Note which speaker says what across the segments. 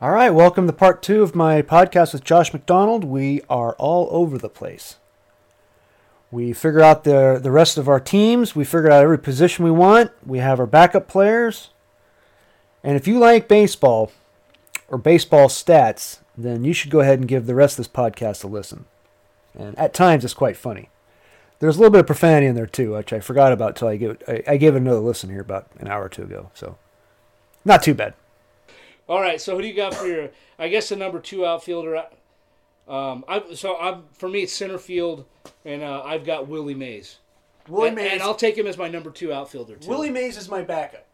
Speaker 1: All right, welcome to part two of my podcast with Josh McDonald. We are all over the place. We figure out the the rest of our teams. We figure out every position we want. We have our backup players. And if you like baseball or baseball stats, then you should go ahead and give the rest of this podcast a listen. And at times, it's quite funny. There's a little bit of profanity in there too, which I forgot about till I gave it, I, I gave it another listen here about an hour or two ago. So, not too bad.
Speaker 2: All right, so who do you got for your? I guess the number two outfielder. Um, I so I'm for me it's center field, and uh, I've got Willie Mays.
Speaker 1: Willie
Speaker 2: and,
Speaker 1: Mays.
Speaker 2: and I'll take him as my number two outfielder too.
Speaker 1: Willie Mays is my backup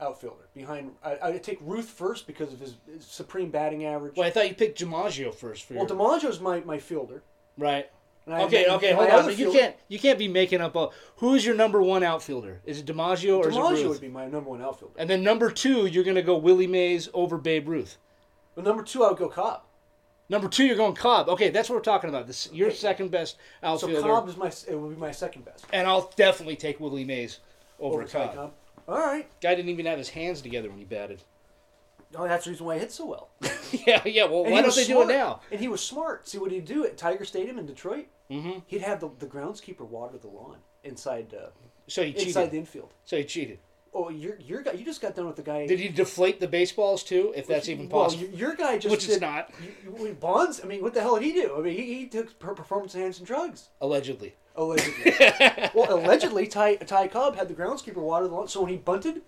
Speaker 1: outfielder. Behind, I, I take Ruth first because of his, his supreme batting average.
Speaker 2: Well, I thought you picked DiMaggio first for
Speaker 1: Well,
Speaker 2: your
Speaker 1: DiMaggio's my, my fielder.
Speaker 2: right.
Speaker 1: And I-
Speaker 2: okay,
Speaker 1: my-
Speaker 2: okay,
Speaker 1: my
Speaker 2: hold
Speaker 1: other
Speaker 2: on. But you
Speaker 1: fielder-
Speaker 2: can't you can't be making up a who is your number one outfielder? Is it DiMaggio or is it
Speaker 1: DiMaggio
Speaker 2: Ruth?
Speaker 1: would be my number one outfielder.
Speaker 2: And then number two, you're gonna go Willie Mays over Babe Ruth.
Speaker 1: But number two, I would go Cobb.
Speaker 2: Number two, you're going Cobb. Okay, that's what we're talking about. This your second best
Speaker 1: So
Speaker 2: outfielder,
Speaker 1: Cobb is my it would be my second best.
Speaker 2: and I'll definitely take Willie Mays over,
Speaker 1: Over Ty
Speaker 2: Cobb.
Speaker 1: Cobb. All right.
Speaker 2: Guy didn't even have his hands together when he batted.
Speaker 1: Oh, that's the reason why I hit so well.
Speaker 2: yeah, yeah. Well,
Speaker 1: And he
Speaker 2: why don't
Speaker 1: was
Speaker 2: they
Speaker 1: smart.
Speaker 2: do it now?
Speaker 1: And he was smart. See what he'd do at Tiger Stadium in Detroit? Mm-hmm. He'd have the, the groundskeeper water the lawn inside uh,
Speaker 2: So he cheated.
Speaker 1: inside the infield.
Speaker 2: so he cheated.
Speaker 1: Oh, your your guy, you just got done with the guy.
Speaker 2: Did he deflate the baseballs too, if that's even
Speaker 1: Well,
Speaker 2: possible?
Speaker 1: your, your guy just
Speaker 2: Which
Speaker 1: did,
Speaker 2: it's not.
Speaker 1: you- you- Bonds. I mean, what the hell did he do? I mean, he, he took per- performance enhancing drugs.
Speaker 2: Allegedly.
Speaker 1: Allegedly. well, allegedly, Ty, Ty Cobb had the groundskeeper water the lawn, so when he bunted,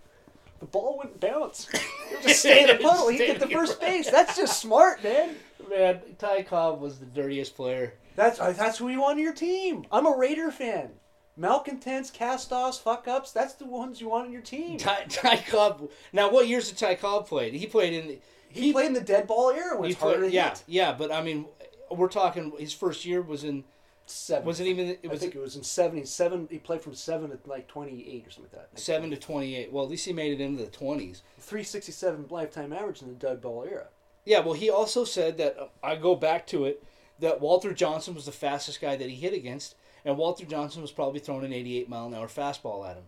Speaker 1: the ball wouldn't bounce. It would just stay in the puddle. He'd get the first base. That's just smart, man.
Speaker 2: Man, Ty Cobb was the dirtiest player.
Speaker 1: That's uh, that's who you want on your team. I'm a Raider fan. Malcontents, cast-offs, fuck-ups, that's the ones you want on your team.
Speaker 2: Ty, Ty Cobb. Now, what years did Ty Cobb play? He played in.
Speaker 1: He played in the dead ball era when
Speaker 2: he
Speaker 1: it's harder
Speaker 2: played-
Speaker 1: to
Speaker 2: yeah,
Speaker 1: hit.
Speaker 2: yeah. But I mean, we're talking. His first year was in.
Speaker 1: Seven.
Speaker 2: Wasn't even. It
Speaker 1: I
Speaker 2: was
Speaker 1: think it was in 77. He played from 7 to like 28 or something like that.
Speaker 2: seven to twenty-eight. Well, at least he made it into the twenties.
Speaker 1: 367 lifetime average in the dead ball era.
Speaker 2: Yeah, well, he also said that uh, I go back to it that Walter Johnson was the fastest guy that he hit against, and Walter Johnson was probably throwing an 88 mile an hour fastball at him.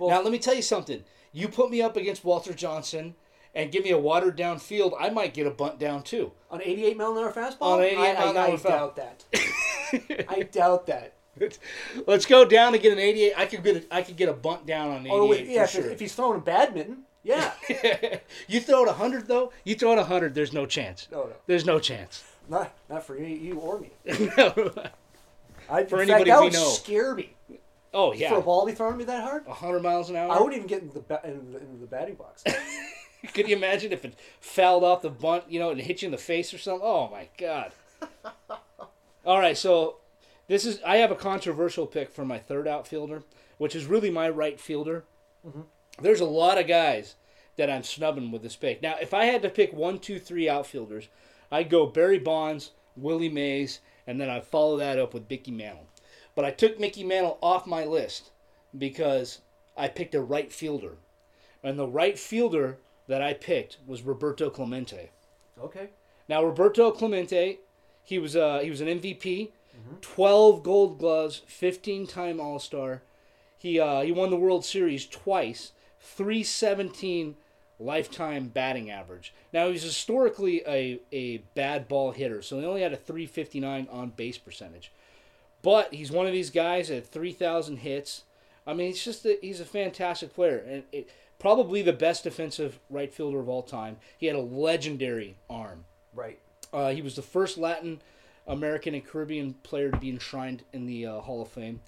Speaker 2: now, let me tell you something. You put me up against Walter Johnson and give me a watered down field, I might get a bunt down too.
Speaker 1: On 88 mile an hour fastball?
Speaker 2: On 88
Speaker 1: I,
Speaker 2: mile an
Speaker 1: I,
Speaker 2: hour
Speaker 1: I
Speaker 2: foul.
Speaker 1: doubt that. I doubt that.
Speaker 2: Let's go down and get an 88. I could get a, I could get a bunt down on an 88
Speaker 1: Oh, wait, yeah,
Speaker 2: for sure.
Speaker 1: if, if he's throwing a badminton, yeah.
Speaker 2: you throw it 100 though, you throw it 100, there's no chance.
Speaker 1: No, no.
Speaker 2: There's no chance.
Speaker 1: not, not for you, you or me. I,
Speaker 2: For
Speaker 1: in fact,
Speaker 2: anybody
Speaker 1: that
Speaker 2: we
Speaker 1: would
Speaker 2: know.
Speaker 1: scare me.
Speaker 2: oh yeah. Uh,
Speaker 1: For a ball to be thrown at me that hard?
Speaker 2: 100 miles an hour.
Speaker 1: I wouldn't even get into the, ba- in the, in the batting box.
Speaker 2: Could you imagine if it fouled off the bunt, you know, and hit you in the face or something? Oh my god. All right, so this is I have a controversial pick for my third outfielder, which is really my right fielder. There's a lot of guys that I'm snubbing with this pick. Now, if I had to pick one, two, three outfielders, I'd go Barry Bonds, Willie Mays, and then I'd follow that up with Mickey Mantle. But I took Mickey Mantle off my list because I picked a right fielder and the right fielder that I picked was Roberto Clemente.
Speaker 1: okay.
Speaker 2: Now Roberto Clemente, he was uh, he was an MVP, twelve Gold Gloves, fifteen time All Star. He uh, he won the World Series twice, three seventeen lifetime batting average. Now he was historically a, a bad ball hitter, so he only had a three fifty nine on base percentage. But he's one of these guys that had three thousand hits. I mean, he's just a, he's a fantastic player, and it, probably the best defensive right fielder of all time. He had a legendary arm.
Speaker 1: Right.
Speaker 2: Uh, he was the first Latin American and Caribbean player to be enshrined in the uh, Hall of Fame,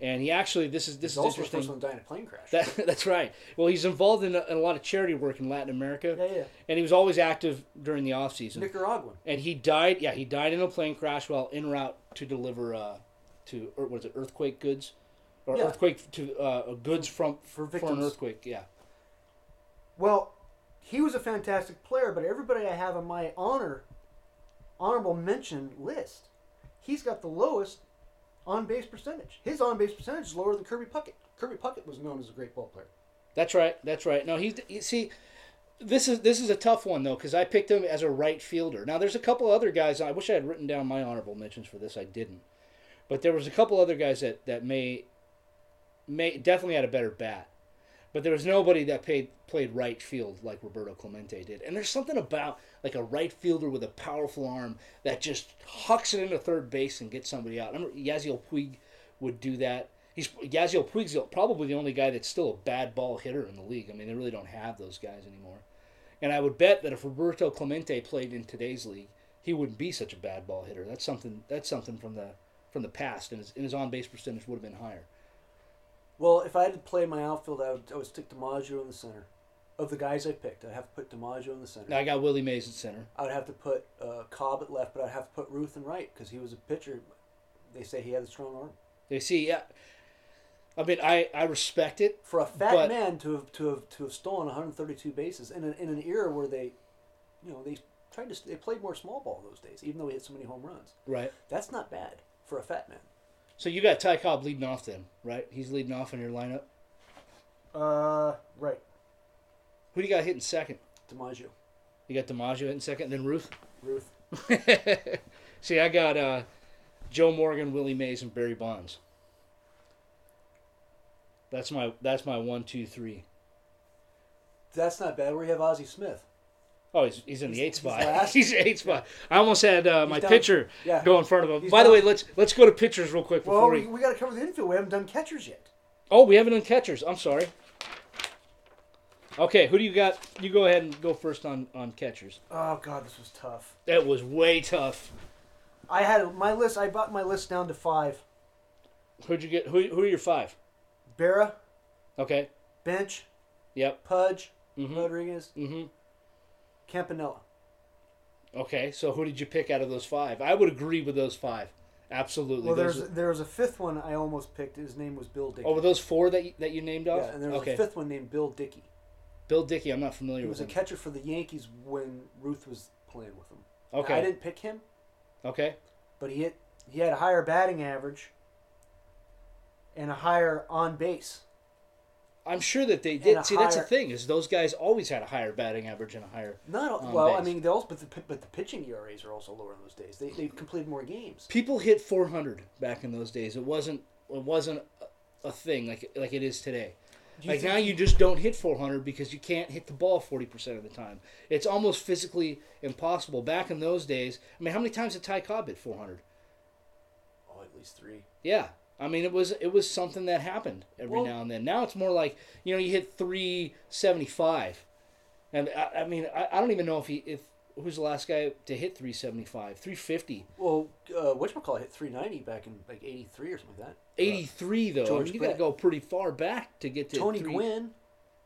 Speaker 2: and he actually this is
Speaker 1: It's
Speaker 2: this is
Speaker 1: also the first
Speaker 2: interesting.
Speaker 1: one to die in a plane crash.
Speaker 2: That, that's right. Well, he's involved in a, in a lot of charity work in Latin America,
Speaker 1: Yeah, yeah.
Speaker 2: and he was always active during the off season.
Speaker 1: Nicaraguan.
Speaker 2: And he died. Yeah, he died in a plane crash while en route to deliver uh, to or was it earthquake goods or
Speaker 1: Yeah.
Speaker 2: earthquake to uh, goods from
Speaker 1: For
Speaker 2: for an
Speaker 1: victims.
Speaker 2: earthquake. Yeah.
Speaker 1: Well, he was a fantastic player, but everybody I have on my honor, honorable mention list, he's got the lowest on base percentage. His on base percentage is lower than Kirby Puckett. Kirby Puckett was known as a great ball player.
Speaker 2: That's right. That's right. No, he's you see, this is this is a tough one though because I picked him as a right fielder. Now there's a couple other guys. I wish I had written down my honorable mentions for this. I didn't, but there was a couple other guys that that may may definitely had a better bat. But there was nobody that paid, played right field like Roberto Clemente did. And there's something about like a right fielder with a powerful arm that just hucks it into third base and gets somebody out. I remember Yaziel Puig would do that. He's Yaziel Puig's the- probably the only guy that's still a bad ball hitter in the league. I mean, they really don't have those guys anymore. And I would bet that if Roberto Clemente played in today's league, he wouldn't be such a bad ball hitter. That's something. That's something from the from the past, and his, and his on base percentage would have been higher.
Speaker 1: Well, if I had to play my outfield, I would, I would stick DiMaggio in the center. Of the guys I picked, I'd have to put DiMaggio in the center.
Speaker 2: Now I got Willie Mays at center.
Speaker 1: I would have to put uh, Cobb at left, but I'd have to put Ruth in right because he was a pitcher. They say he had a strong arm.
Speaker 2: They see, yeah. I mean, I, I respect it.
Speaker 1: For a fat
Speaker 2: But-
Speaker 1: man to have to have to have stolen 132 bases in an, in an era where they, you know, they tried to they played more small ball those days, even though he hit so many home runs.
Speaker 2: Right.
Speaker 1: That's not bad for a fat man.
Speaker 2: So you got Ty Cobb leading off then, right? He's leading off in your lineup.
Speaker 1: Uh, right.
Speaker 2: Who do you got hitting second?
Speaker 1: DiMaggio,
Speaker 2: You got DiMaggio hitting second, then Ruth.
Speaker 1: Ruth.
Speaker 2: See, I got uh, Joe Morgan, Willie Mays, and Barry Bonds. That's my that's my one, two, three.
Speaker 1: That's not bad. Where you have Ozzie Smith.
Speaker 2: Oh, he's, he's in the eighth
Speaker 1: He's- he's
Speaker 2: spot.
Speaker 1: last.
Speaker 2: He's eighth spot. I almost had uh, my
Speaker 1: down.
Speaker 2: pitcher
Speaker 1: Yeah.
Speaker 2: go in front of him.
Speaker 1: He's
Speaker 2: By the
Speaker 1: down.
Speaker 2: way, let's let's go to pitchers real quick before
Speaker 1: Well,
Speaker 2: we.
Speaker 1: we, we got to cover the infield. We haven't done catchers yet.
Speaker 2: Oh, we haven't done catchers. I'm sorry. Okay, who do you got? You go ahead and go first on on catchers.
Speaker 1: Oh God, this was tough.
Speaker 2: That was way tough.
Speaker 1: I had my list. I brought my list down to five.
Speaker 2: Who'd you get? Who who are your five?
Speaker 1: Barra,
Speaker 2: Okay.
Speaker 1: Bench,
Speaker 2: Yep.
Speaker 1: Pudge, Rodriguez,
Speaker 2: Mhm.
Speaker 1: Campanella.
Speaker 2: Okay. So who did you pick out of those five? I would agree with those five. Absolutely.
Speaker 1: Well,
Speaker 2: Those
Speaker 1: there's
Speaker 2: are-
Speaker 1: there was a fifth one I almost picked. His name was Bill Dickey.
Speaker 2: oh, were those four that you, that you named off?
Speaker 1: yeah, and there was
Speaker 2: okay.
Speaker 1: a fifth one named Bill Dickey.
Speaker 2: Bill Dickey. I'm not
Speaker 1: He
Speaker 2: familiar with
Speaker 1: was a
Speaker 2: him.
Speaker 1: catcher for the Yankees when Ruth was playing with him.
Speaker 2: Okay.
Speaker 1: I didn't pick him,
Speaker 2: okay.
Speaker 1: but he hit, he had a higher batting average and a higher on base.
Speaker 2: I'm sure that they
Speaker 1: a
Speaker 2: did. See, that's the
Speaker 1: higher-
Speaker 2: thing is those guys always had a higher batting average and a higher.
Speaker 1: Not
Speaker 2: On
Speaker 1: well, I
Speaker 2: base.
Speaker 1: mean, they also but the pi- but the pitching ERAs are also lower in those days. They they completed more games.
Speaker 2: people hit 400 back in those days. It wasn't it wasn't a, a thing like like it is today.
Speaker 1: you
Speaker 2: like
Speaker 1: think-
Speaker 2: now you just don't hit 400 because you can't hit the ball 40% of the time. It's almost physically impossible. Back in those days, I mean, how many times did Ty Cobb hit 400?
Speaker 1: Oh, at least three.
Speaker 2: Yeah. I mean, it was it was something that happened every
Speaker 1: Well-
Speaker 2: now and then. Now it's more like you know you hit three seventy five, and I, I mean I, I don't even know if he if who's the last guy to hit three seventy five, three fifty.
Speaker 1: Well, uh, whatchamacallit hit 390 back in like 83 or something like that.
Speaker 2: 83 though. I
Speaker 1: George
Speaker 2: mean, you got to
Speaker 1: Brett.
Speaker 2: go pretty far back to get to
Speaker 1: Tony
Speaker 2: three-
Speaker 1: Gwynn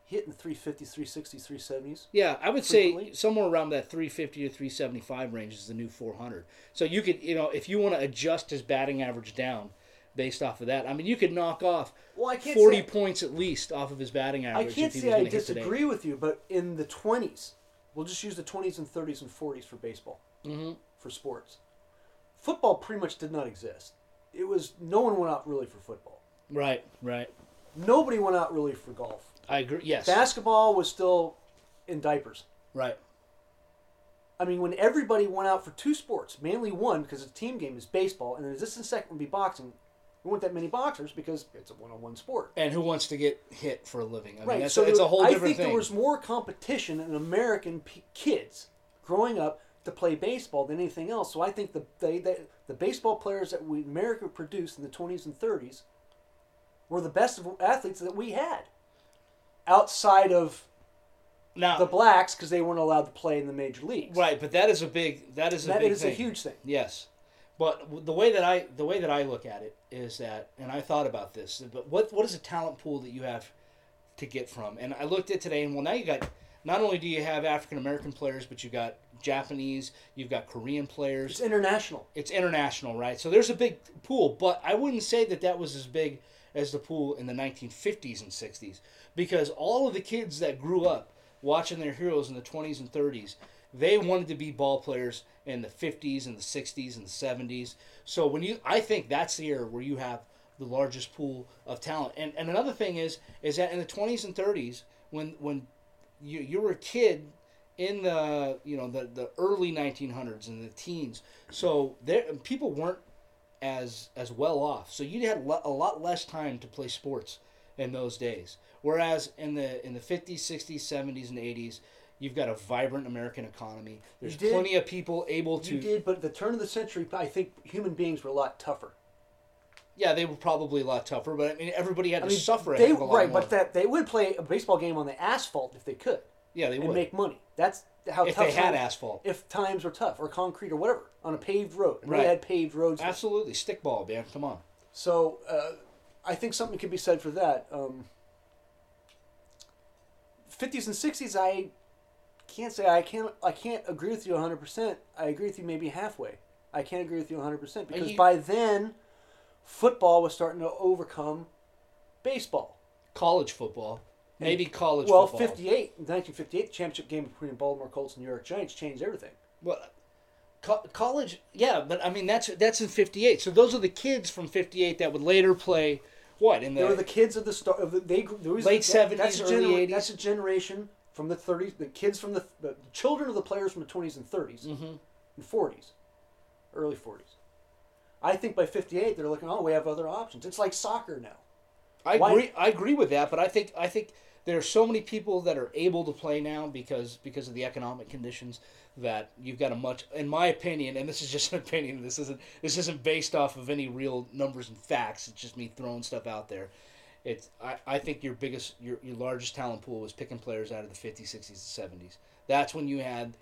Speaker 1: hitting 350s, 360s, 370s.
Speaker 2: Yeah, I would say
Speaker 1: frequently.
Speaker 2: somewhere around that 350 to 375 range is the new 400. So you could, you know, if you want to adjust his batting average down based off of that, I mean, you could knock off
Speaker 1: Well, I can't
Speaker 2: 40
Speaker 1: say-
Speaker 2: points at least off of his batting
Speaker 1: I
Speaker 2: average.
Speaker 1: can't
Speaker 2: if he
Speaker 1: say
Speaker 2: was
Speaker 1: I
Speaker 2: gonna hit today.
Speaker 1: disagree with you, but in the 20s, we'll just use the 20s and 30s and 40s for baseball, mm-hmm. for sports. Football pretty much did not exist. It was no one went out really for football.
Speaker 2: Right, right.
Speaker 1: Nobody went out really for golf.
Speaker 2: I agree. Yes.
Speaker 1: Basketball was still in diapers.
Speaker 2: right.
Speaker 1: I mean, when everybody went out for two sports, mainly one because it's a team game is baseball, and then this and second would be boxing. We weren't that many boxers because it's a one-on-one sport.
Speaker 2: And who wants to get hit for a living? I mean,
Speaker 1: Right.
Speaker 2: that's,
Speaker 1: so
Speaker 2: it's
Speaker 1: there-
Speaker 2: a whole
Speaker 1: I
Speaker 2: different
Speaker 1: think
Speaker 2: thing.
Speaker 1: there was more competition in American p- kids growing up to play baseball than anything else. So I think the they, they, the baseball players that we America produced in the 20s and 30s were the best of athletes that we had outside of
Speaker 2: now,
Speaker 1: the blacks because they weren't allowed to play in the major leagues.
Speaker 2: right, but that is a big that is a
Speaker 1: That
Speaker 2: big
Speaker 1: is
Speaker 2: thing.
Speaker 1: a huge thing.
Speaker 2: Yes, but w- the way that I the way that I look at it is that, and I thought about this. But what what is a talent pool that you have to get from? And I looked at today, and well, now you got not only do you have African American players, but you got Japanese, you've got Korean players.
Speaker 1: It's international.
Speaker 2: It's international, right? So there's a big pool, but I wouldn't say that that was as big as the pool in the 1950s and 60s because all of the kids that grew up watching their heroes in the 20s and 30s, they wanted to be ball players in the 50s and the 60s and the 70s. So when you I think that's the era where you have the largest pool of talent. And and another thing is is that in the 20s and 30s when when you you were a kid in the you know the the early 1900s and the teens so there people weren't as as well off so you had le- a lot less time to play sports in those days. Whereas in the in the 50s, 60s, 70s, and 80s, you've got a vibrant American economy. There's
Speaker 1: did-
Speaker 2: plenty of people able to.
Speaker 1: You did, but at the turn of the century, I think human beings were a lot tougher.
Speaker 2: Yeah, they were probably a lot tougher, but I mean, everybody had
Speaker 1: I
Speaker 2: to
Speaker 1: mean,
Speaker 2: suffer. a
Speaker 1: they
Speaker 2: heck of a lot
Speaker 1: right,
Speaker 2: more.
Speaker 1: but that they would play a baseball game on the asphalt if they could
Speaker 2: yeah, they
Speaker 1: and
Speaker 2: would.
Speaker 1: make money. That's how
Speaker 2: If
Speaker 1: tough
Speaker 2: they had
Speaker 1: times-
Speaker 2: asphalt.
Speaker 1: if times were tough or concrete or whatever on a paved road. And
Speaker 2: Right.
Speaker 1: We had paved roads.
Speaker 2: Absolutely, stickball, man. Come on.
Speaker 1: So uh, I think something could be said for that. Um, 50s and 60s, I can't say I can't. I can't agree with you 100. percent I agree with you maybe halfway. I can't agree with you 100 percent because
Speaker 2: you-
Speaker 1: by then, football was starting to overcome baseball.
Speaker 2: College football, maybe college
Speaker 1: well,
Speaker 2: football.
Speaker 1: 58, 1958, the championship game between Baltimore Colts and New York Giants changed everything.
Speaker 2: Well, co- college, yeah, but I mean that's that's in '58. So those are the kids from '58 that would later play what in
Speaker 1: They were
Speaker 2: the,
Speaker 1: the kids of the star. Of the, they there was
Speaker 2: Late
Speaker 1: that-
Speaker 2: 70s,
Speaker 1: that's a
Speaker 2: early 80s.
Speaker 1: That's a generation from the 30s. The kids from the, the children of the players from the 20s and 30s
Speaker 2: Mm-hmm.
Speaker 1: and 40s, early 40s. I think by 58 they're looking. Oh, we have other options. It's like soccer now.
Speaker 2: I
Speaker 1: why-
Speaker 2: agree. I agree with that, but I think I think there are so many people that are able to play now because because of the economic conditions that you've got a much, in my opinion, and this is just an opinion. This isn't this isn't based off of any real numbers and facts. It's just me throwing stuff out there. It's I, I think your biggest your, your largest talent pool was picking players out of the 50s, 60s, and 70s. That's when you had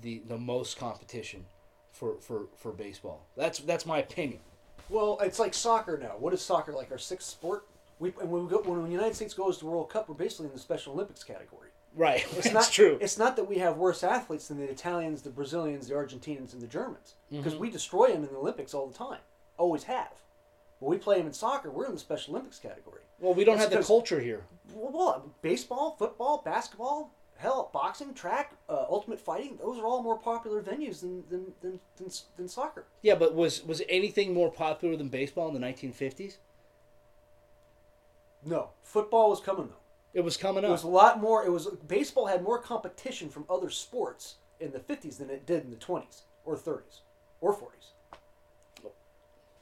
Speaker 2: the the most competition for for for baseball. That's that's my opinion.
Speaker 1: Well, it's like soccer now. What is soccer like? Our sixth sport. We and when we go when the United States goes to the World Cup, we're basically in the Special Olympics category.
Speaker 2: Right. It's
Speaker 1: It's
Speaker 2: not
Speaker 1: not
Speaker 2: true.
Speaker 1: It's not that we have worse athletes than the Italians, the Brazilians, the Argentinians, and the Germans because we destroy them in the Olympics all the time. Always have. When we play them in soccer, we're in the Special Olympics category.
Speaker 2: well, we don't
Speaker 1: it's
Speaker 2: have the
Speaker 1: because-
Speaker 2: culture here.
Speaker 1: Well, well, baseball, football, basketball, hell, boxing, track, uh, ultimate fighting, those are all more popular venues than than, than, than, s- than soccer.
Speaker 2: Yeah, but was was anything more popular than baseball in the 1950s?
Speaker 1: No, football was coming though.
Speaker 2: It was coming
Speaker 1: It
Speaker 2: up.
Speaker 1: was a lot more. It was baseball had more competition from other sports in the fifties than it did in the twenties or thirties or forties.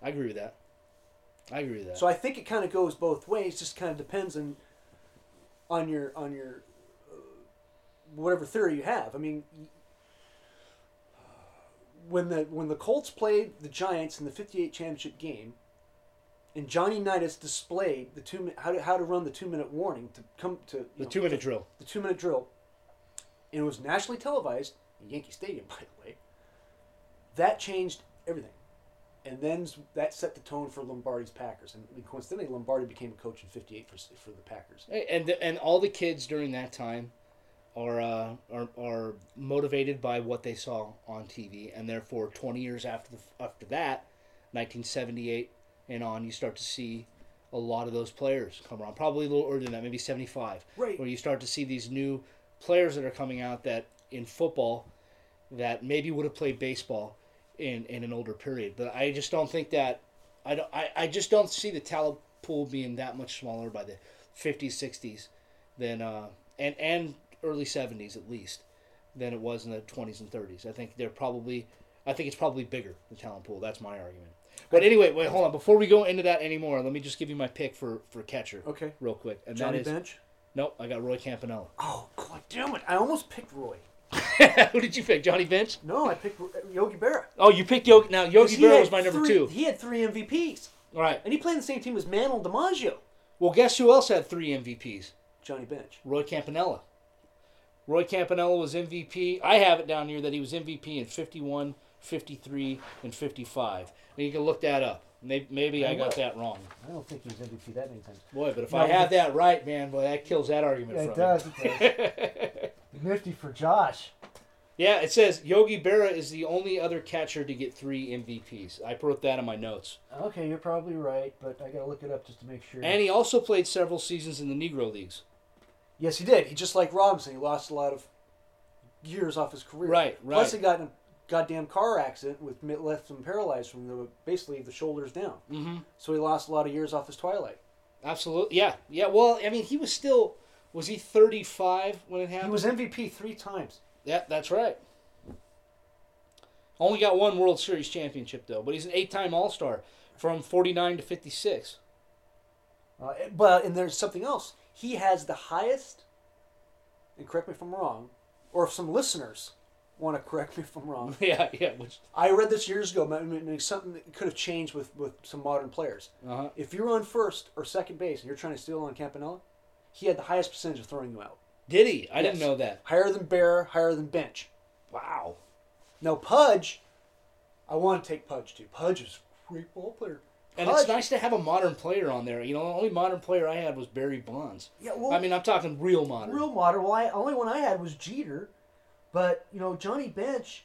Speaker 2: I agree with that. I agree with that.
Speaker 1: So I think it kind of goes both ways. Just kind of depends on on your on your uh, whatever theory you have. I mean, y- when the when the Colts played the Giants in the '58 championship game, and Johnny Unitas displayed the two mi- how to, how to run the two minute warning to come to you
Speaker 2: the
Speaker 1: know,
Speaker 2: two minute drill.
Speaker 1: the two minute drill, and it was nationally televised in Yankee Stadium, by the way. That changed everything. And then s- that set the tone for Lombardi's Packers. And coincidentally, Lombardi became a coach in 58 for, s- for the Packers.
Speaker 2: Hey, And the, and all the kids during that time are uh, are are motivated by what they saw on TV, and therefore, 20 years after the, after that, 1978 and on, you start to see a lot of those players come around. Probably a little earlier than that, maybe 75.
Speaker 1: Right.
Speaker 2: Where you start to see these new players that are coming out that in football that maybe would have played baseball in, in an older period. But I just don't think that I don't I, I just don't see the talent pool being that much smaller by the 50s, 60s than uh, and and early 70s at least than it was in the 20s and 30s. I think they're probably I think it's probably bigger the talent pool. That's my argument. But anyway, wait, hold on. Before we go into that anymore, let me just give you my pick for, for catcher.
Speaker 1: Okay.
Speaker 2: Real quick. And
Speaker 1: Johnny
Speaker 2: that is
Speaker 1: Bench?
Speaker 2: Nope, I got Roy Campanella.
Speaker 1: Oh, God damn it. I almost picked Roy.
Speaker 2: Who did you pick? Johnny Bench?
Speaker 1: No, I picked Ro- uh, Yogi Berra.
Speaker 2: Oh, you picked Yogi. Now Yogi
Speaker 1: 'Cause he
Speaker 2: Berra
Speaker 1: had
Speaker 2: was my number
Speaker 1: three-
Speaker 2: two.
Speaker 1: He had three MVPs.
Speaker 2: All right.
Speaker 1: And he played on the same team as Mantle DiMaggio.
Speaker 2: Well, guess who else had three MVPs?
Speaker 1: Johnny Bench.
Speaker 2: Roy Campanella. Roy Campanella was MVP. I have it down here that he was MVP in 51, 53, and 55. And you can look that up. Maybe, maybe I got
Speaker 1: will.
Speaker 2: that wrong.
Speaker 1: I don't think he was MVP that many times.
Speaker 2: Boy, but if
Speaker 3: No,
Speaker 2: I
Speaker 3: it's-
Speaker 2: have that right, man, boy, that kills that argument
Speaker 3: Yeah,
Speaker 2: from
Speaker 3: it
Speaker 2: me.
Speaker 3: does. It does. Nifty for Josh.
Speaker 2: Yeah, it says Yogi Berra is the only other catcher to get three MVPs. I wrote that in my notes.
Speaker 3: Okay, you're probably right, but I gotta look it up just to make sure.
Speaker 2: And he also played several seasons in the Negro Leagues.
Speaker 1: Yes, he did. He just like Robinson, he lost a lot of years off his career.
Speaker 2: Right,
Speaker 1: Plus,
Speaker 2: right.
Speaker 1: he got in a goddamn car accident with mi- left him paralyzed from the basically the shoulders down.
Speaker 2: Mm-hmm.
Speaker 1: So he lost a lot of years off his twilight.
Speaker 2: Absolutely. Yeah. Yeah. Well, I mean, he was still. Was he 35 when it
Speaker 1: He
Speaker 2: happened?
Speaker 1: was MVP three times.
Speaker 2: yeah, that's right. Only got one World Series championship, though, but he's an eight time All Star from 49 to 56.
Speaker 1: Uh, but and there's something else. He has the highest, and correct me if I'm wrong, or if some listeners want to correct me if I'm wrong.
Speaker 2: yeah, yeah. Which,
Speaker 1: I read this years ago. ma- ma- ma- Something that could have changed with, with some modern players.
Speaker 2: uh-huh.
Speaker 1: If you're on first or second base and you're trying to steal on Campanella, he had the highest percentage of throwing you out.
Speaker 2: Did he? I didn't
Speaker 1: Yes.
Speaker 2: know that.
Speaker 1: Higher than Bear, higher than Bench.
Speaker 2: Wow.
Speaker 1: Now Pudge, I want to take Pudge too. Pudge is a great ball player.
Speaker 2: And
Speaker 1: Pudge,
Speaker 2: it's nice to have a modern player on there. You know, the only modern player I had was Barry Bonds.
Speaker 1: Yeah, well-
Speaker 2: I mean, I'm talking real modern.
Speaker 1: real modern. Well, I, only one I had was Jeter, but you know Johnny Bench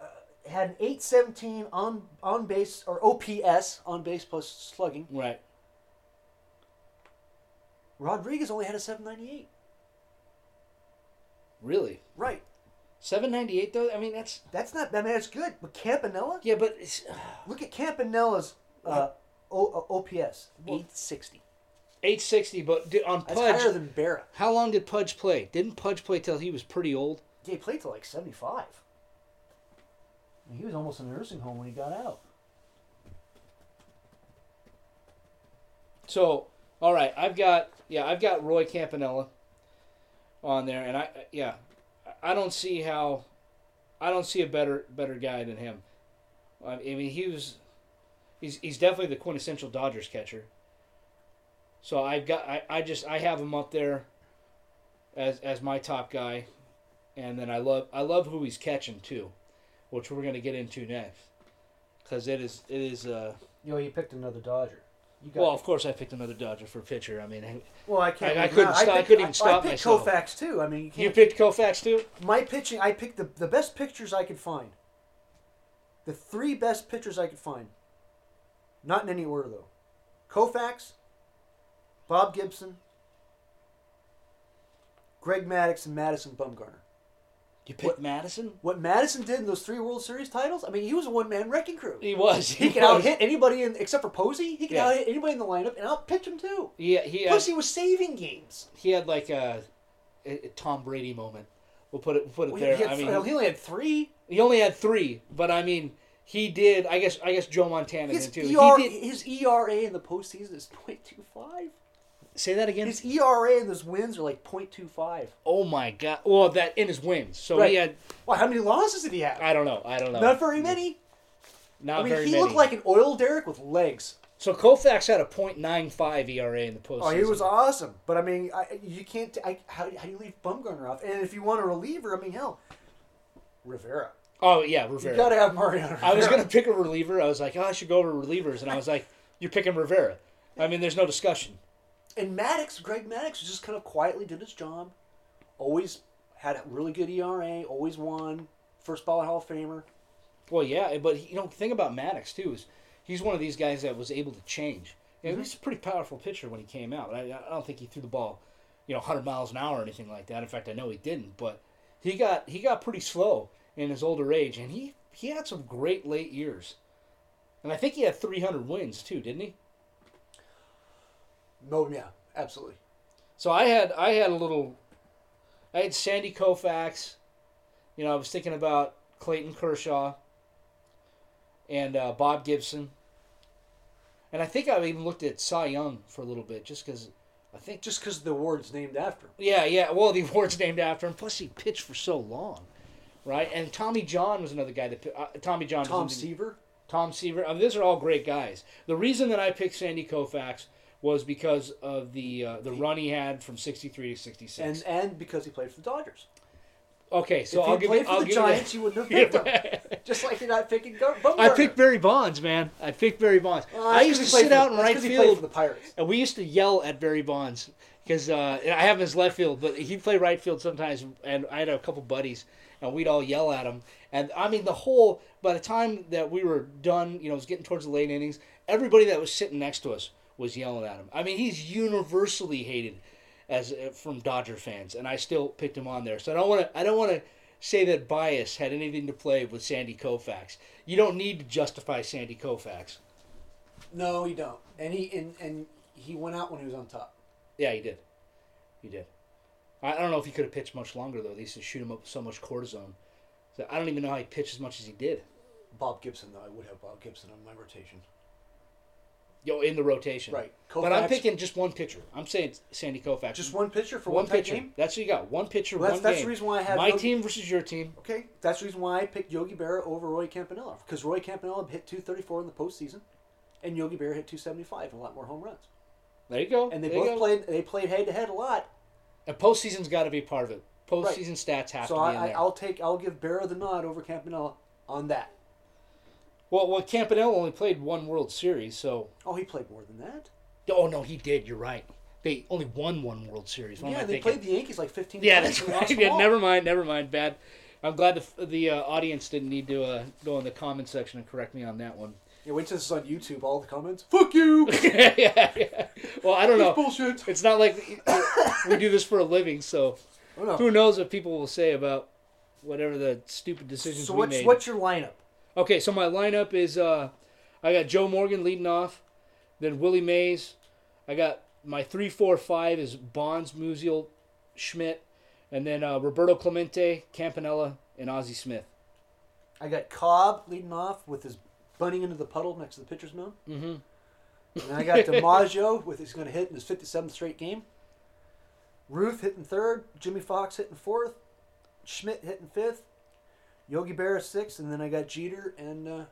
Speaker 1: uh, had an eight seventeen on on base or OPS on base plus slugging.
Speaker 2: Right.
Speaker 1: Rodriguez only had a seven ninety eight.
Speaker 2: Really.
Speaker 1: Right.
Speaker 2: 798 though. I mean, that's
Speaker 1: That's not. I mean, that's good. But Campanella.
Speaker 2: yeah, but it's
Speaker 1: Look at Campanella's uh, o, uh, OPS. Eight sixty.
Speaker 2: 860. But di- on
Speaker 1: That's
Speaker 2: Pudge,
Speaker 1: higher than Barra.
Speaker 2: how long did Pudge play? Didn't Pudge play till he was pretty old?
Speaker 1: Yeah, he played till like seventy five. He was almost in a nursing home when he got out.
Speaker 2: So, all right, I've got yeah, I've got Roy Campanella on there, and I yeah, I don't see how, I don't see a better better guy than him. I mean, he was, he's he's definitely the quintessential Dodgers catcher. So I've got I, I just I have him up there, as as my top guy, and then I love I love who he's catching too, which we're gonna get into next, because it is it is uh
Speaker 1: You know, you picked another Dodger. You
Speaker 2: well of course I picked another Dodger for pitcher I mean.
Speaker 1: Well, I can't.
Speaker 2: I- I
Speaker 1: believe
Speaker 2: couldn't
Speaker 1: that.
Speaker 2: stop- I
Speaker 1: picked-
Speaker 2: couldn't even stop
Speaker 1: I picked
Speaker 2: myself.
Speaker 1: Koufax too. I mean, you
Speaker 2: You
Speaker 1: can't.
Speaker 2: picked Koufax too?
Speaker 1: my pitching, I picked the the best pictures I could find. The three best pitchers I could find. Not in any order though. Koufax, Bob Gibson, Greg Maddox, and Madison Bumgarner.
Speaker 2: You picked
Speaker 1: What-
Speaker 2: Madison?
Speaker 1: What Madison did in those three World Series titles? I mean, he was a one man wrecking crew.
Speaker 2: He was.
Speaker 1: He could
Speaker 2: was.
Speaker 1: out hit anybody in except for Posey. He could
Speaker 2: Yeah.
Speaker 1: out hit anybody in the lineup and out pitch him too.
Speaker 2: He, he, had,
Speaker 1: Plus, he was saving games.
Speaker 2: he had like a, a Tom Brady moment. We'll put it, we'll put it
Speaker 1: Well, he,
Speaker 2: there.
Speaker 1: had,
Speaker 2: I
Speaker 1: well,
Speaker 2: mean,
Speaker 1: he only had three.
Speaker 2: he only had three, but I mean, he did. I guess I guess Joe Montana
Speaker 1: His,
Speaker 2: did too.
Speaker 1: ER,
Speaker 2: He did.
Speaker 1: his ERA in the postseason is .25.
Speaker 2: Say that again.
Speaker 1: His E ERA in those wins are like .25.
Speaker 2: oh my God! Well, that in his wins. So
Speaker 1: Right.
Speaker 2: he had.
Speaker 1: Well, how many losses did he have?
Speaker 2: I don't know. I don't know.
Speaker 1: Not very many.
Speaker 2: Not
Speaker 1: I mean,
Speaker 2: very
Speaker 1: he
Speaker 2: many.
Speaker 1: looked like an oil derrick with legs.
Speaker 2: so Koufax had a .95 ERA E in the postseason.
Speaker 1: Oh, he was awesome. But I mean, I, you can't. I, how, how do you leave Bumgarner off? And if you want a reliever, I mean, hell, Rivera.
Speaker 2: Oh yeah,
Speaker 1: You
Speaker 2: Rivera.
Speaker 1: got to have Mariano. Rivera.
Speaker 2: I was gonna pick a reliever. I was like, oh, I should go over relievers, and I was like, you're picking Rivera. I mean, there's no discussion.
Speaker 1: And Maddox, Greg Maddox, just kind of quietly did his job. Always had a really good ERA. Always won. First ballot Hall of Famer.
Speaker 2: Well, yeah, but he, you know, the thing about Maddox too is he's one of these guys that was able to change. You know, He was a pretty powerful pitcher when he came out. I, I don't think he threw the ball, you know, 100 miles an hour or anything like that. In fact, I know he didn't. But he got he got pretty slow in his older age, and he he had some great late years. And I think he had 300 wins too, didn't he?
Speaker 1: No, yeah, absolutely.
Speaker 2: So I had I had a little, I had Sandy Koufax, you know I was thinking about Clayton Kershaw and uh, Bob Gibson, and I think I even looked at Cy Young for a little bit just because I think
Speaker 1: Just because the award's named after him.
Speaker 2: yeah yeah well the award's named after him plus he pitched for so long, right? And Tommy John was another guy that pi- uh, Tommy John was
Speaker 1: Tom
Speaker 2: in the-
Speaker 1: Seaver.
Speaker 2: Tom Seaver. I mean, these are all great guys. The reason that I picked Sandy Koufax was because of the uh, the run he had from sixty three to sixty six.
Speaker 1: And and because he played for the Dodgers.
Speaker 2: Okay, so
Speaker 1: if
Speaker 2: I'll
Speaker 1: he
Speaker 2: give
Speaker 1: played
Speaker 2: you.
Speaker 1: for
Speaker 2: I'll
Speaker 1: the
Speaker 2: give
Speaker 1: Giants,
Speaker 2: you.
Speaker 1: you wouldn't have
Speaker 2: Yeah,
Speaker 1: picked him. Just like you're not picking Gar- Bumgarner.
Speaker 2: that. I picked Barry Bonds, man. I picked Barry Bonds.
Speaker 1: Well, Uh, Oh, that's
Speaker 2: I used
Speaker 1: 'cause
Speaker 2: to
Speaker 1: he played for-
Speaker 2: sit out in
Speaker 1: that's
Speaker 2: right
Speaker 1: 'cause He played for the
Speaker 2: field,
Speaker 1: Pirates.
Speaker 2: and we used to yell at Barry Bonds because uh, and I have him as left field, but he played right field sometimes. And I had a couple buddies, and we'd all yell at him. And I mean, the whole by the time that we were done, you know, it was getting towards the late innings. Everybody that was sitting next to us was yelling at him. I mean, he's universally hated as uh, from Dodger fans, and I still picked him on there. So I don't want to. I don't want to say that bias had anything to play with Sandy Koufax. You don't need to justify Sandy Koufax.
Speaker 1: No, you don't. And he and, and he went out when he was on top.
Speaker 2: Yeah, he did. He did. I I don't know if he could have pitched much longer though. They used to shoot him up with so much cortisone. So I don't even know how he pitched as much as he did.
Speaker 1: Bob Gibson, though, I would have Bob Gibson on my rotation.
Speaker 2: Yo, in the rotation.
Speaker 1: Right.
Speaker 2: But I'm
Speaker 1: Koufax-
Speaker 2: picking just one pitcher. I'm saying Sandy Koufax.
Speaker 1: Just one pitcher for
Speaker 2: one,
Speaker 1: one, type
Speaker 2: pitcher.
Speaker 1: game?
Speaker 2: That's what you got. One pitcher.
Speaker 1: Well, that's-
Speaker 2: one
Speaker 1: that's the
Speaker 2: game.
Speaker 1: reason why I have
Speaker 2: my
Speaker 1: no-
Speaker 2: team versus your team.
Speaker 1: Okay, that's the reason why I picked Yogi Berra over Roy Campanella because Roy Campanella hit 234 in the postseason, and Yogi Berra hit 275 and a lot more home runs.
Speaker 2: There you go.
Speaker 1: And they
Speaker 2: There you
Speaker 1: both
Speaker 2: go.
Speaker 1: played. They played head to head a lot.
Speaker 2: And postseason's got to be part of it. Postseason stats have
Speaker 1: So
Speaker 2: to be in
Speaker 1: I, I,
Speaker 2: there.
Speaker 1: I'll take. I'll give Berra the nod over Campanella on that.
Speaker 2: well, well, Campanella only played one World Series, so
Speaker 1: Oh, he played more than that.
Speaker 2: oh no, he did. You're right. They only won one World Series. What am
Speaker 1: yeah,
Speaker 2: I
Speaker 1: they
Speaker 2: thinking?
Speaker 1: played the Yankees like 15.
Speaker 2: yeah,
Speaker 1: times
Speaker 2: that's
Speaker 1: and lost
Speaker 2: right.
Speaker 1: them
Speaker 2: Yeah,
Speaker 1: all.
Speaker 2: never mind. Never mind. Bad. I'm glad the the uh, audience didn't need to uh, go in the comment section and correct me on that one.
Speaker 1: Yeah, wait till this is on YouTube. All the comments. Fuck you.
Speaker 2: yeah, yeah. Well, I don't know.
Speaker 1: bullshit.
Speaker 2: It's not like we do this for a living, so
Speaker 1: Oh, no.
Speaker 2: who knows what people will say about whatever the stupid decisions
Speaker 1: So
Speaker 2: we
Speaker 1: what's
Speaker 2: made.
Speaker 1: what's your lineup?
Speaker 2: Okay, so my lineup is uh, I got Joe Morgan leading off, then Willie Mays. I got my three, four, five is Bonds, Musial, Schmidt, and then uh, Roberto Clemente, Campanella, and Ozzie Smith.
Speaker 1: I got Cobb leading off with his bunting into the puddle next to the pitcher's mound. Mm-hmm. And I got DiMaggio with he's going to hit in his 57th straight game. Ruth hitting third, Jimmy Fox hitting fourth, Schmidt hitting fifth, Yogi Berra sixth, and then I got Jeter and uh,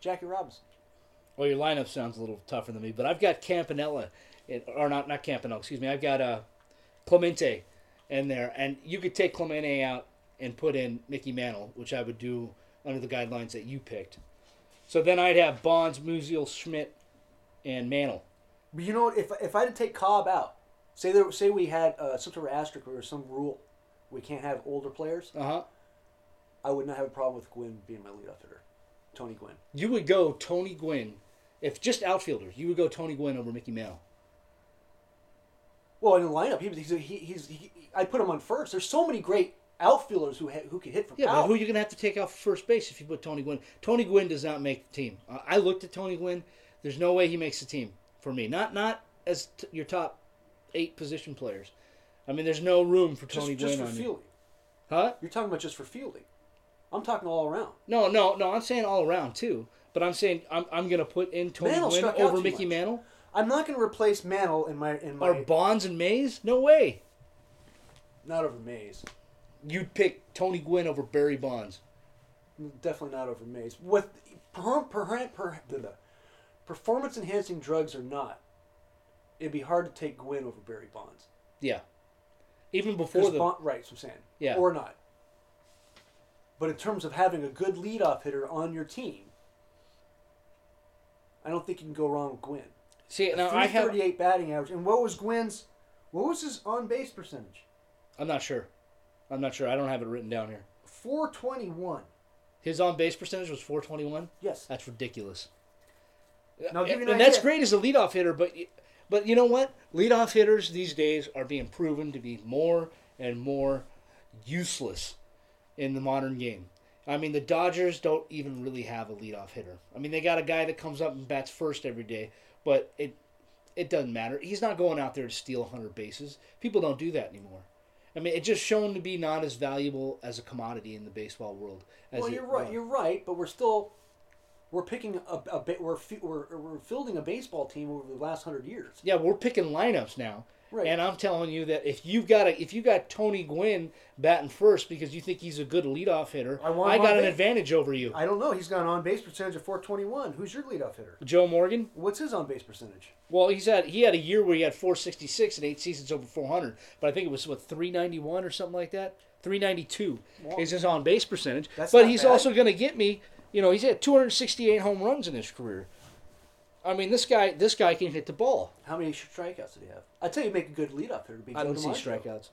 Speaker 1: Jackie Robinson.
Speaker 2: Well, your lineup sounds a little tougher than me, but I've got Campanella, in- or not not Campanella, excuse me. I've got uh, Clemente in there, and you could take Clemente out and put in Mickey Mantle, which I would do under the guidelines that you picked. So then I'd have Bonds, Musial, Schmidt, and Mantle.
Speaker 1: But you know what? If if I had to take Cobb out, say there, say we had uh, some sort of asterisk or some rule, we can't have older players.
Speaker 2: Uh huh.
Speaker 1: I would not have a problem with Gwynn being my leadoff hitter, Tony Gwynn.
Speaker 2: You would go Tony Gwynn, if just outfielder. You would go Tony Gwynn over Mickey Mantle.
Speaker 1: Well, in the lineup, he, he's, he, he's he, I put him on first. There's so many great outfielders who ha- who can hit from
Speaker 2: Yeah,
Speaker 1: out.
Speaker 2: but who are you going to have to take off first base if you put Tony Gwynn? Tony Gwynn does not make the team. I I looked at Tony Gwynn. There's no way he makes the team for me. Not not as t- your top eight position players. I mean, there's no room for
Speaker 1: just,
Speaker 2: Tony
Speaker 1: just
Speaker 2: Gwynn
Speaker 1: for
Speaker 2: on you.
Speaker 1: fielding.
Speaker 2: Huh?
Speaker 1: You're talking about just for fielding. I'm talking all around.
Speaker 2: No, no, no. I'm saying all around too. But I'm saying I'm, I'm going to put in Tony
Speaker 1: Mantle
Speaker 2: Gwynn
Speaker 1: struck out
Speaker 2: over
Speaker 1: too
Speaker 2: Mickey
Speaker 1: much.
Speaker 2: Mantle
Speaker 1: I'm not going to replace Mantle in my in my
Speaker 2: or Bonds and Mays. No way.
Speaker 1: not over Mays.
Speaker 2: You'd pick Tony Gwynn over Barry Bonds.
Speaker 1: Definitely not over Mays. With per, per, per, the performance enhancing drugs or not, it'd be hard to take Gwynn over Barry Bonds.
Speaker 2: Yeah. Even before
Speaker 1: Because
Speaker 2: the
Speaker 1: Bond, right, that's what I'm saying.
Speaker 2: Yeah.
Speaker 1: Or not. But in terms of having a good leadoff hitter on your team, I don't think you can go wrong with Gwynn.
Speaker 2: see now I have
Speaker 1: 338 batting average. And what was Gwynn's, what was his on base percentage?
Speaker 2: I'm not sure. I'm not sure. I don't have it written down here.
Speaker 1: 421.
Speaker 2: His on base percentage was 421.
Speaker 1: Yes.
Speaker 2: That's ridiculous.
Speaker 1: Now, give you an
Speaker 2: Uh, and that's
Speaker 1: idea.
Speaker 2: great as a leadoff hitter, but y- but you know what? Leadoff hitters these days are being proven to be more and more useless in the modern game. I mean, the Dodgers don't even really have a leadoff hitter. I mean, they got a guy that comes up and bats first every day, but it it doesn't matter. He's not going out there to steal 100 bases. People don't do that anymore. I mean, it's just shown to be not as valuable as a commodity in the baseball world. As
Speaker 1: Well,
Speaker 2: it
Speaker 1: you're right.
Speaker 2: was.
Speaker 1: You're right, but we're still, we're picking a, a bit, we're, fi- we're, we're fielding a baseball team over the last 100 years.
Speaker 2: Yeah, we're picking lineups now.
Speaker 1: Right.
Speaker 2: And I'm telling you that if you've got a, if you got Tony Gwynn batting first because you think he's a good leadoff hitter,
Speaker 1: I want him
Speaker 2: got
Speaker 1: on
Speaker 2: an
Speaker 1: base.
Speaker 2: advantage over you.
Speaker 1: I don't know. He's got an on base percentage of 421. Who's your leadoff hitter?
Speaker 2: Joe Morgan.
Speaker 1: What's his on base percentage?
Speaker 2: Well, he's had he had a year where he had 466 and eight seasons over 400, but I think it was what 391 or something like that. 392 is his on base percentage.
Speaker 1: That's
Speaker 2: but
Speaker 1: not
Speaker 2: he's
Speaker 1: bad.
Speaker 2: also going to get me. You know, he's had 268 home runs in his career. I mean, this guy this guy can hit the ball.
Speaker 1: How many strikeouts did he have? I tell you, make a good leadoff hitter. to Be
Speaker 2: I
Speaker 1: Joe
Speaker 2: don't see
Speaker 1: DiMaggio.
Speaker 2: strikeouts.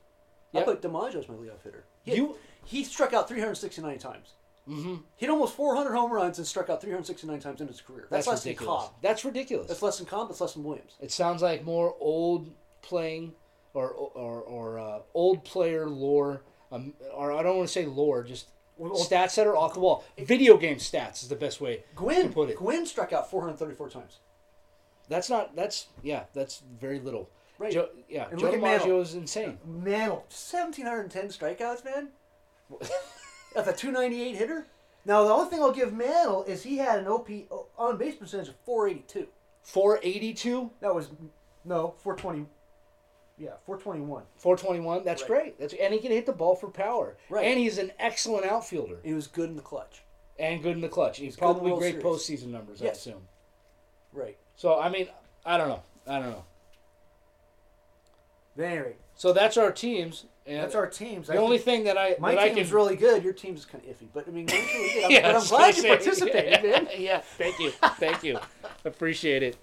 Speaker 1: I
Speaker 2: Yep.
Speaker 1: put DiMaggio as my leadoff hitter. He,
Speaker 2: You-
Speaker 1: he struck out 369 times. Mm-hmm. Hit almost 400 home runs and struck out 369 times in his career. That's,
Speaker 2: That's,
Speaker 1: less
Speaker 2: ridiculous.
Speaker 1: than Cobb.
Speaker 2: That's ridiculous.
Speaker 1: That's less than Cobb. That's less than Williams.
Speaker 2: It sounds like more old playing or or, or uh, old player lore, um, or I don't want to say lore, just stats that are off the wall. Video game stats is the best way to
Speaker 1: Gwynn,
Speaker 2: put it.
Speaker 1: Gwynn struck out 434 times.
Speaker 2: That's not. That's yeah. That's very little.
Speaker 1: Right.
Speaker 2: Joe, yeah.
Speaker 1: And
Speaker 2: Joe
Speaker 1: look at Mantle.
Speaker 2: DiMaggio is insane.
Speaker 1: Man, 1,710 strikeouts, man. That's a 298 hitter. Now, the only thing I'll give Mantle is he had an OP on base percentage of 482.
Speaker 2: 482,
Speaker 1: That was no 420. Yeah, 421.
Speaker 2: 421. That's
Speaker 1: Right.
Speaker 2: great. That's and he can hit the ball for power.
Speaker 1: Right.
Speaker 2: And he's an excellent outfielder
Speaker 1: He was good in the clutch.
Speaker 2: and good in the clutch. He's
Speaker 1: good in the
Speaker 2: probably
Speaker 1: World
Speaker 2: great
Speaker 1: Series.
Speaker 2: postseason numbers, I
Speaker 1: Yes.
Speaker 2: assume.
Speaker 1: Right.
Speaker 2: So I mean, I don't know. I don't know.
Speaker 1: Very.
Speaker 2: So that's our teams. And
Speaker 1: That's our teams.
Speaker 2: The
Speaker 1: I
Speaker 2: only
Speaker 1: think-
Speaker 2: thing that I
Speaker 1: my
Speaker 2: that I
Speaker 1: team's
Speaker 2: can
Speaker 1: really good. Your team's kind of iffy, but I mean, mine's really good. I'm,
Speaker 2: Yeah,
Speaker 1: but
Speaker 2: I
Speaker 1: I'm
Speaker 2: was
Speaker 1: glad you
Speaker 2: gonna say,
Speaker 1: participated,
Speaker 2: yeah.
Speaker 1: man.
Speaker 2: Yeah, thank you, thank you, appreciate it.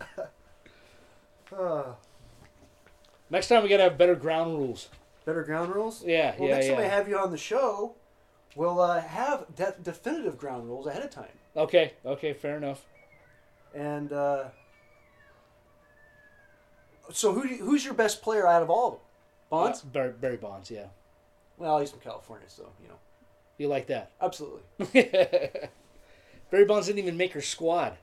Speaker 1: Uh,
Speaker 2: Next time we gotta have better ground rules.
Speaker 1: better ground rules.
Speaker 2: Yeah,
Speaker 1: Well,
Speaker 2: yeah,
Speaker 1: next
Speaker 2: yeah.
Speaker 1: time I have you on the show, we'll uh, have de- definitive ground rules ahead of time.
Speaker 2: Okay, okay, fair enough.
Speaker 1: And uh, so, who do you, who's your best player out of all of them? Bonds.
Speaker 2: Uh, Barry, Barry Bonds, yeah,
Speaker 1: Well, he's from California, so you know,
Speaker 2: you like that?
Speaker 1: absolutely.
Speaker 2: Barry Bonds didn't even make her squad.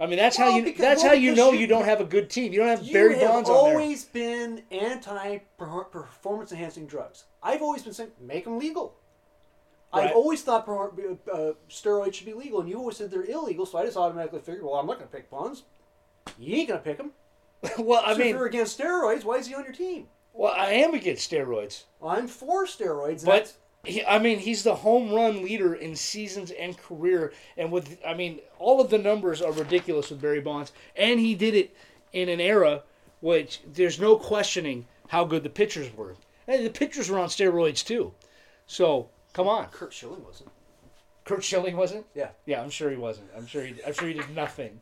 Speaker 2: I mean, that's how
Speaker 1: Well,
Speaker 2: you
Speaker 1: because-
Speaker 2: that's
Speaker 1: well,
Speaker 2: how you
Speaker 1: because
Speaker 2: know
Speaker 1: you-
Speaker 2: you don't have a good team. You don't have
Speaker 1: You
Speaker 2: Barry
Speaker 1: have
Speaker 2: Bonds on there.
Speaker 1: always been anti-performance-enhancing drugs. I've always been saying make them legal.
Speaker 2: Right.
Speaker 1: I've always thought per- uh, steroids should be legal, and you always said they're illegal. So I just automatically figured, well, I'm not going to pick Bonds. You ain't going to pick him.
Speaker 2: well,
Speaker 1: so
Speaker 2: I
Speaker 1: if
Speaker 2: mean,
Speaker 1: you're against steroids, why is he on your team?
Speaker 2: well, I am against steroids.
Speaker 1: I'm for steroids. and
Speaker 2: But
Speaker 1: that's-
Speaker 2: he, I mean, he's the home run leader in seasons and career, and with I mean, all of the numbers are ridiculous with Barry Bonds, and he did it in an era which there's no questioning how good the pitchers were, and the pitchers were on steroids too. So come on,
Speaker 1: Kurt Schilling wasn't.
Speaker 2: Kurt Schilling wasn't.
Speaker 1: Yeah,
Speaker 2: Yeah, I'm sure he wasn't. I'm sure he. I'm sure he did nothing.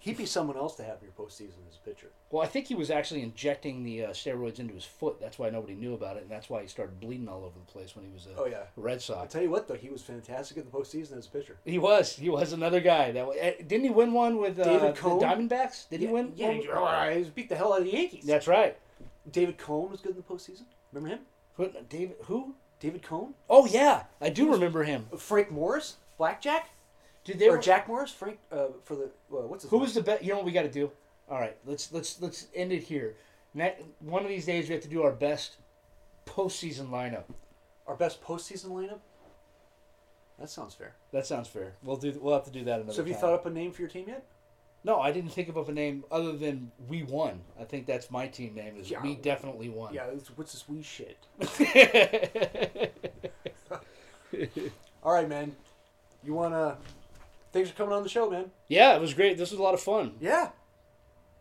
Speaker 1: he'd be someone else to have in your postseason as a pitcher.
Speaker 2: Well, I think he was actually injecting the uh, steroids into his foot. That's why nobody knew about it, and that's why he started bleeding all over the place when he was a
Speaker 1: Oh, yeah.
Speaker 2: Red
Speaker 1: I
Speaker 2: Sox.
Speaker 1: tell you what, though, he was fantastic in the postseason as a pitcher.
Speaker 2: He was. He was another guy. That wa- eh, didn't he win one with uh,
Speaker 1: David
Speaker 2: the
Speaker 1: Cone?
Speaker 2: Diamondbacks? Did
Speaker 1: yeah,
Speaker 2: he win?
Speaker 1: Yeah,
Speaker 2: one
Speaker 1: he, oh,
Speaker 2: with-
Speaker 1: he beat the hell out of the Yankees.
Speaker 2: That's right.
Speaker 1: David Cohn was good in the postseason. Remember him?
Speaker 2: Who, David? Who?
Speaker 1: David Cohn? Uh,
Speaker 2: Oh yeah, I do remember him.
Speaker 1: Frank Morris? Blackjack?
Speaker 2: Did they?
Speaker 1: or
Speaker 2: Were,
Speaker 1: Jack Morris? Frank, uh, for the, uh, what's his
Speaker 2: who
Speaker 1: name?
Speaker 2: was the best? You know what we got to do? All right, let's let's let's end it here. Ne- one of these days we have to do our best postseason lineup.
Speaker 1: Our best postseason lineup? That sounds fair.
Speaker 2: That sounds fair. We'll do. We'll have to do that another.
Speaker 1: So have you
Speaker 2: time.
Speaker 1: thought up a name for your team yet?
Speaker 2: No, I didn't think of a name other than we won. I think that's my team name. Is
Speaker 1: Yeah.
Speaker 2: we definitely won.
Speaker 1: Yeah, it's- what's this wee shit? All right, man. You want to, thanks for coming on the show, man.
Speaker 2: yeah, it was great. This was a lot of fun.
Speaker 1: Yeah.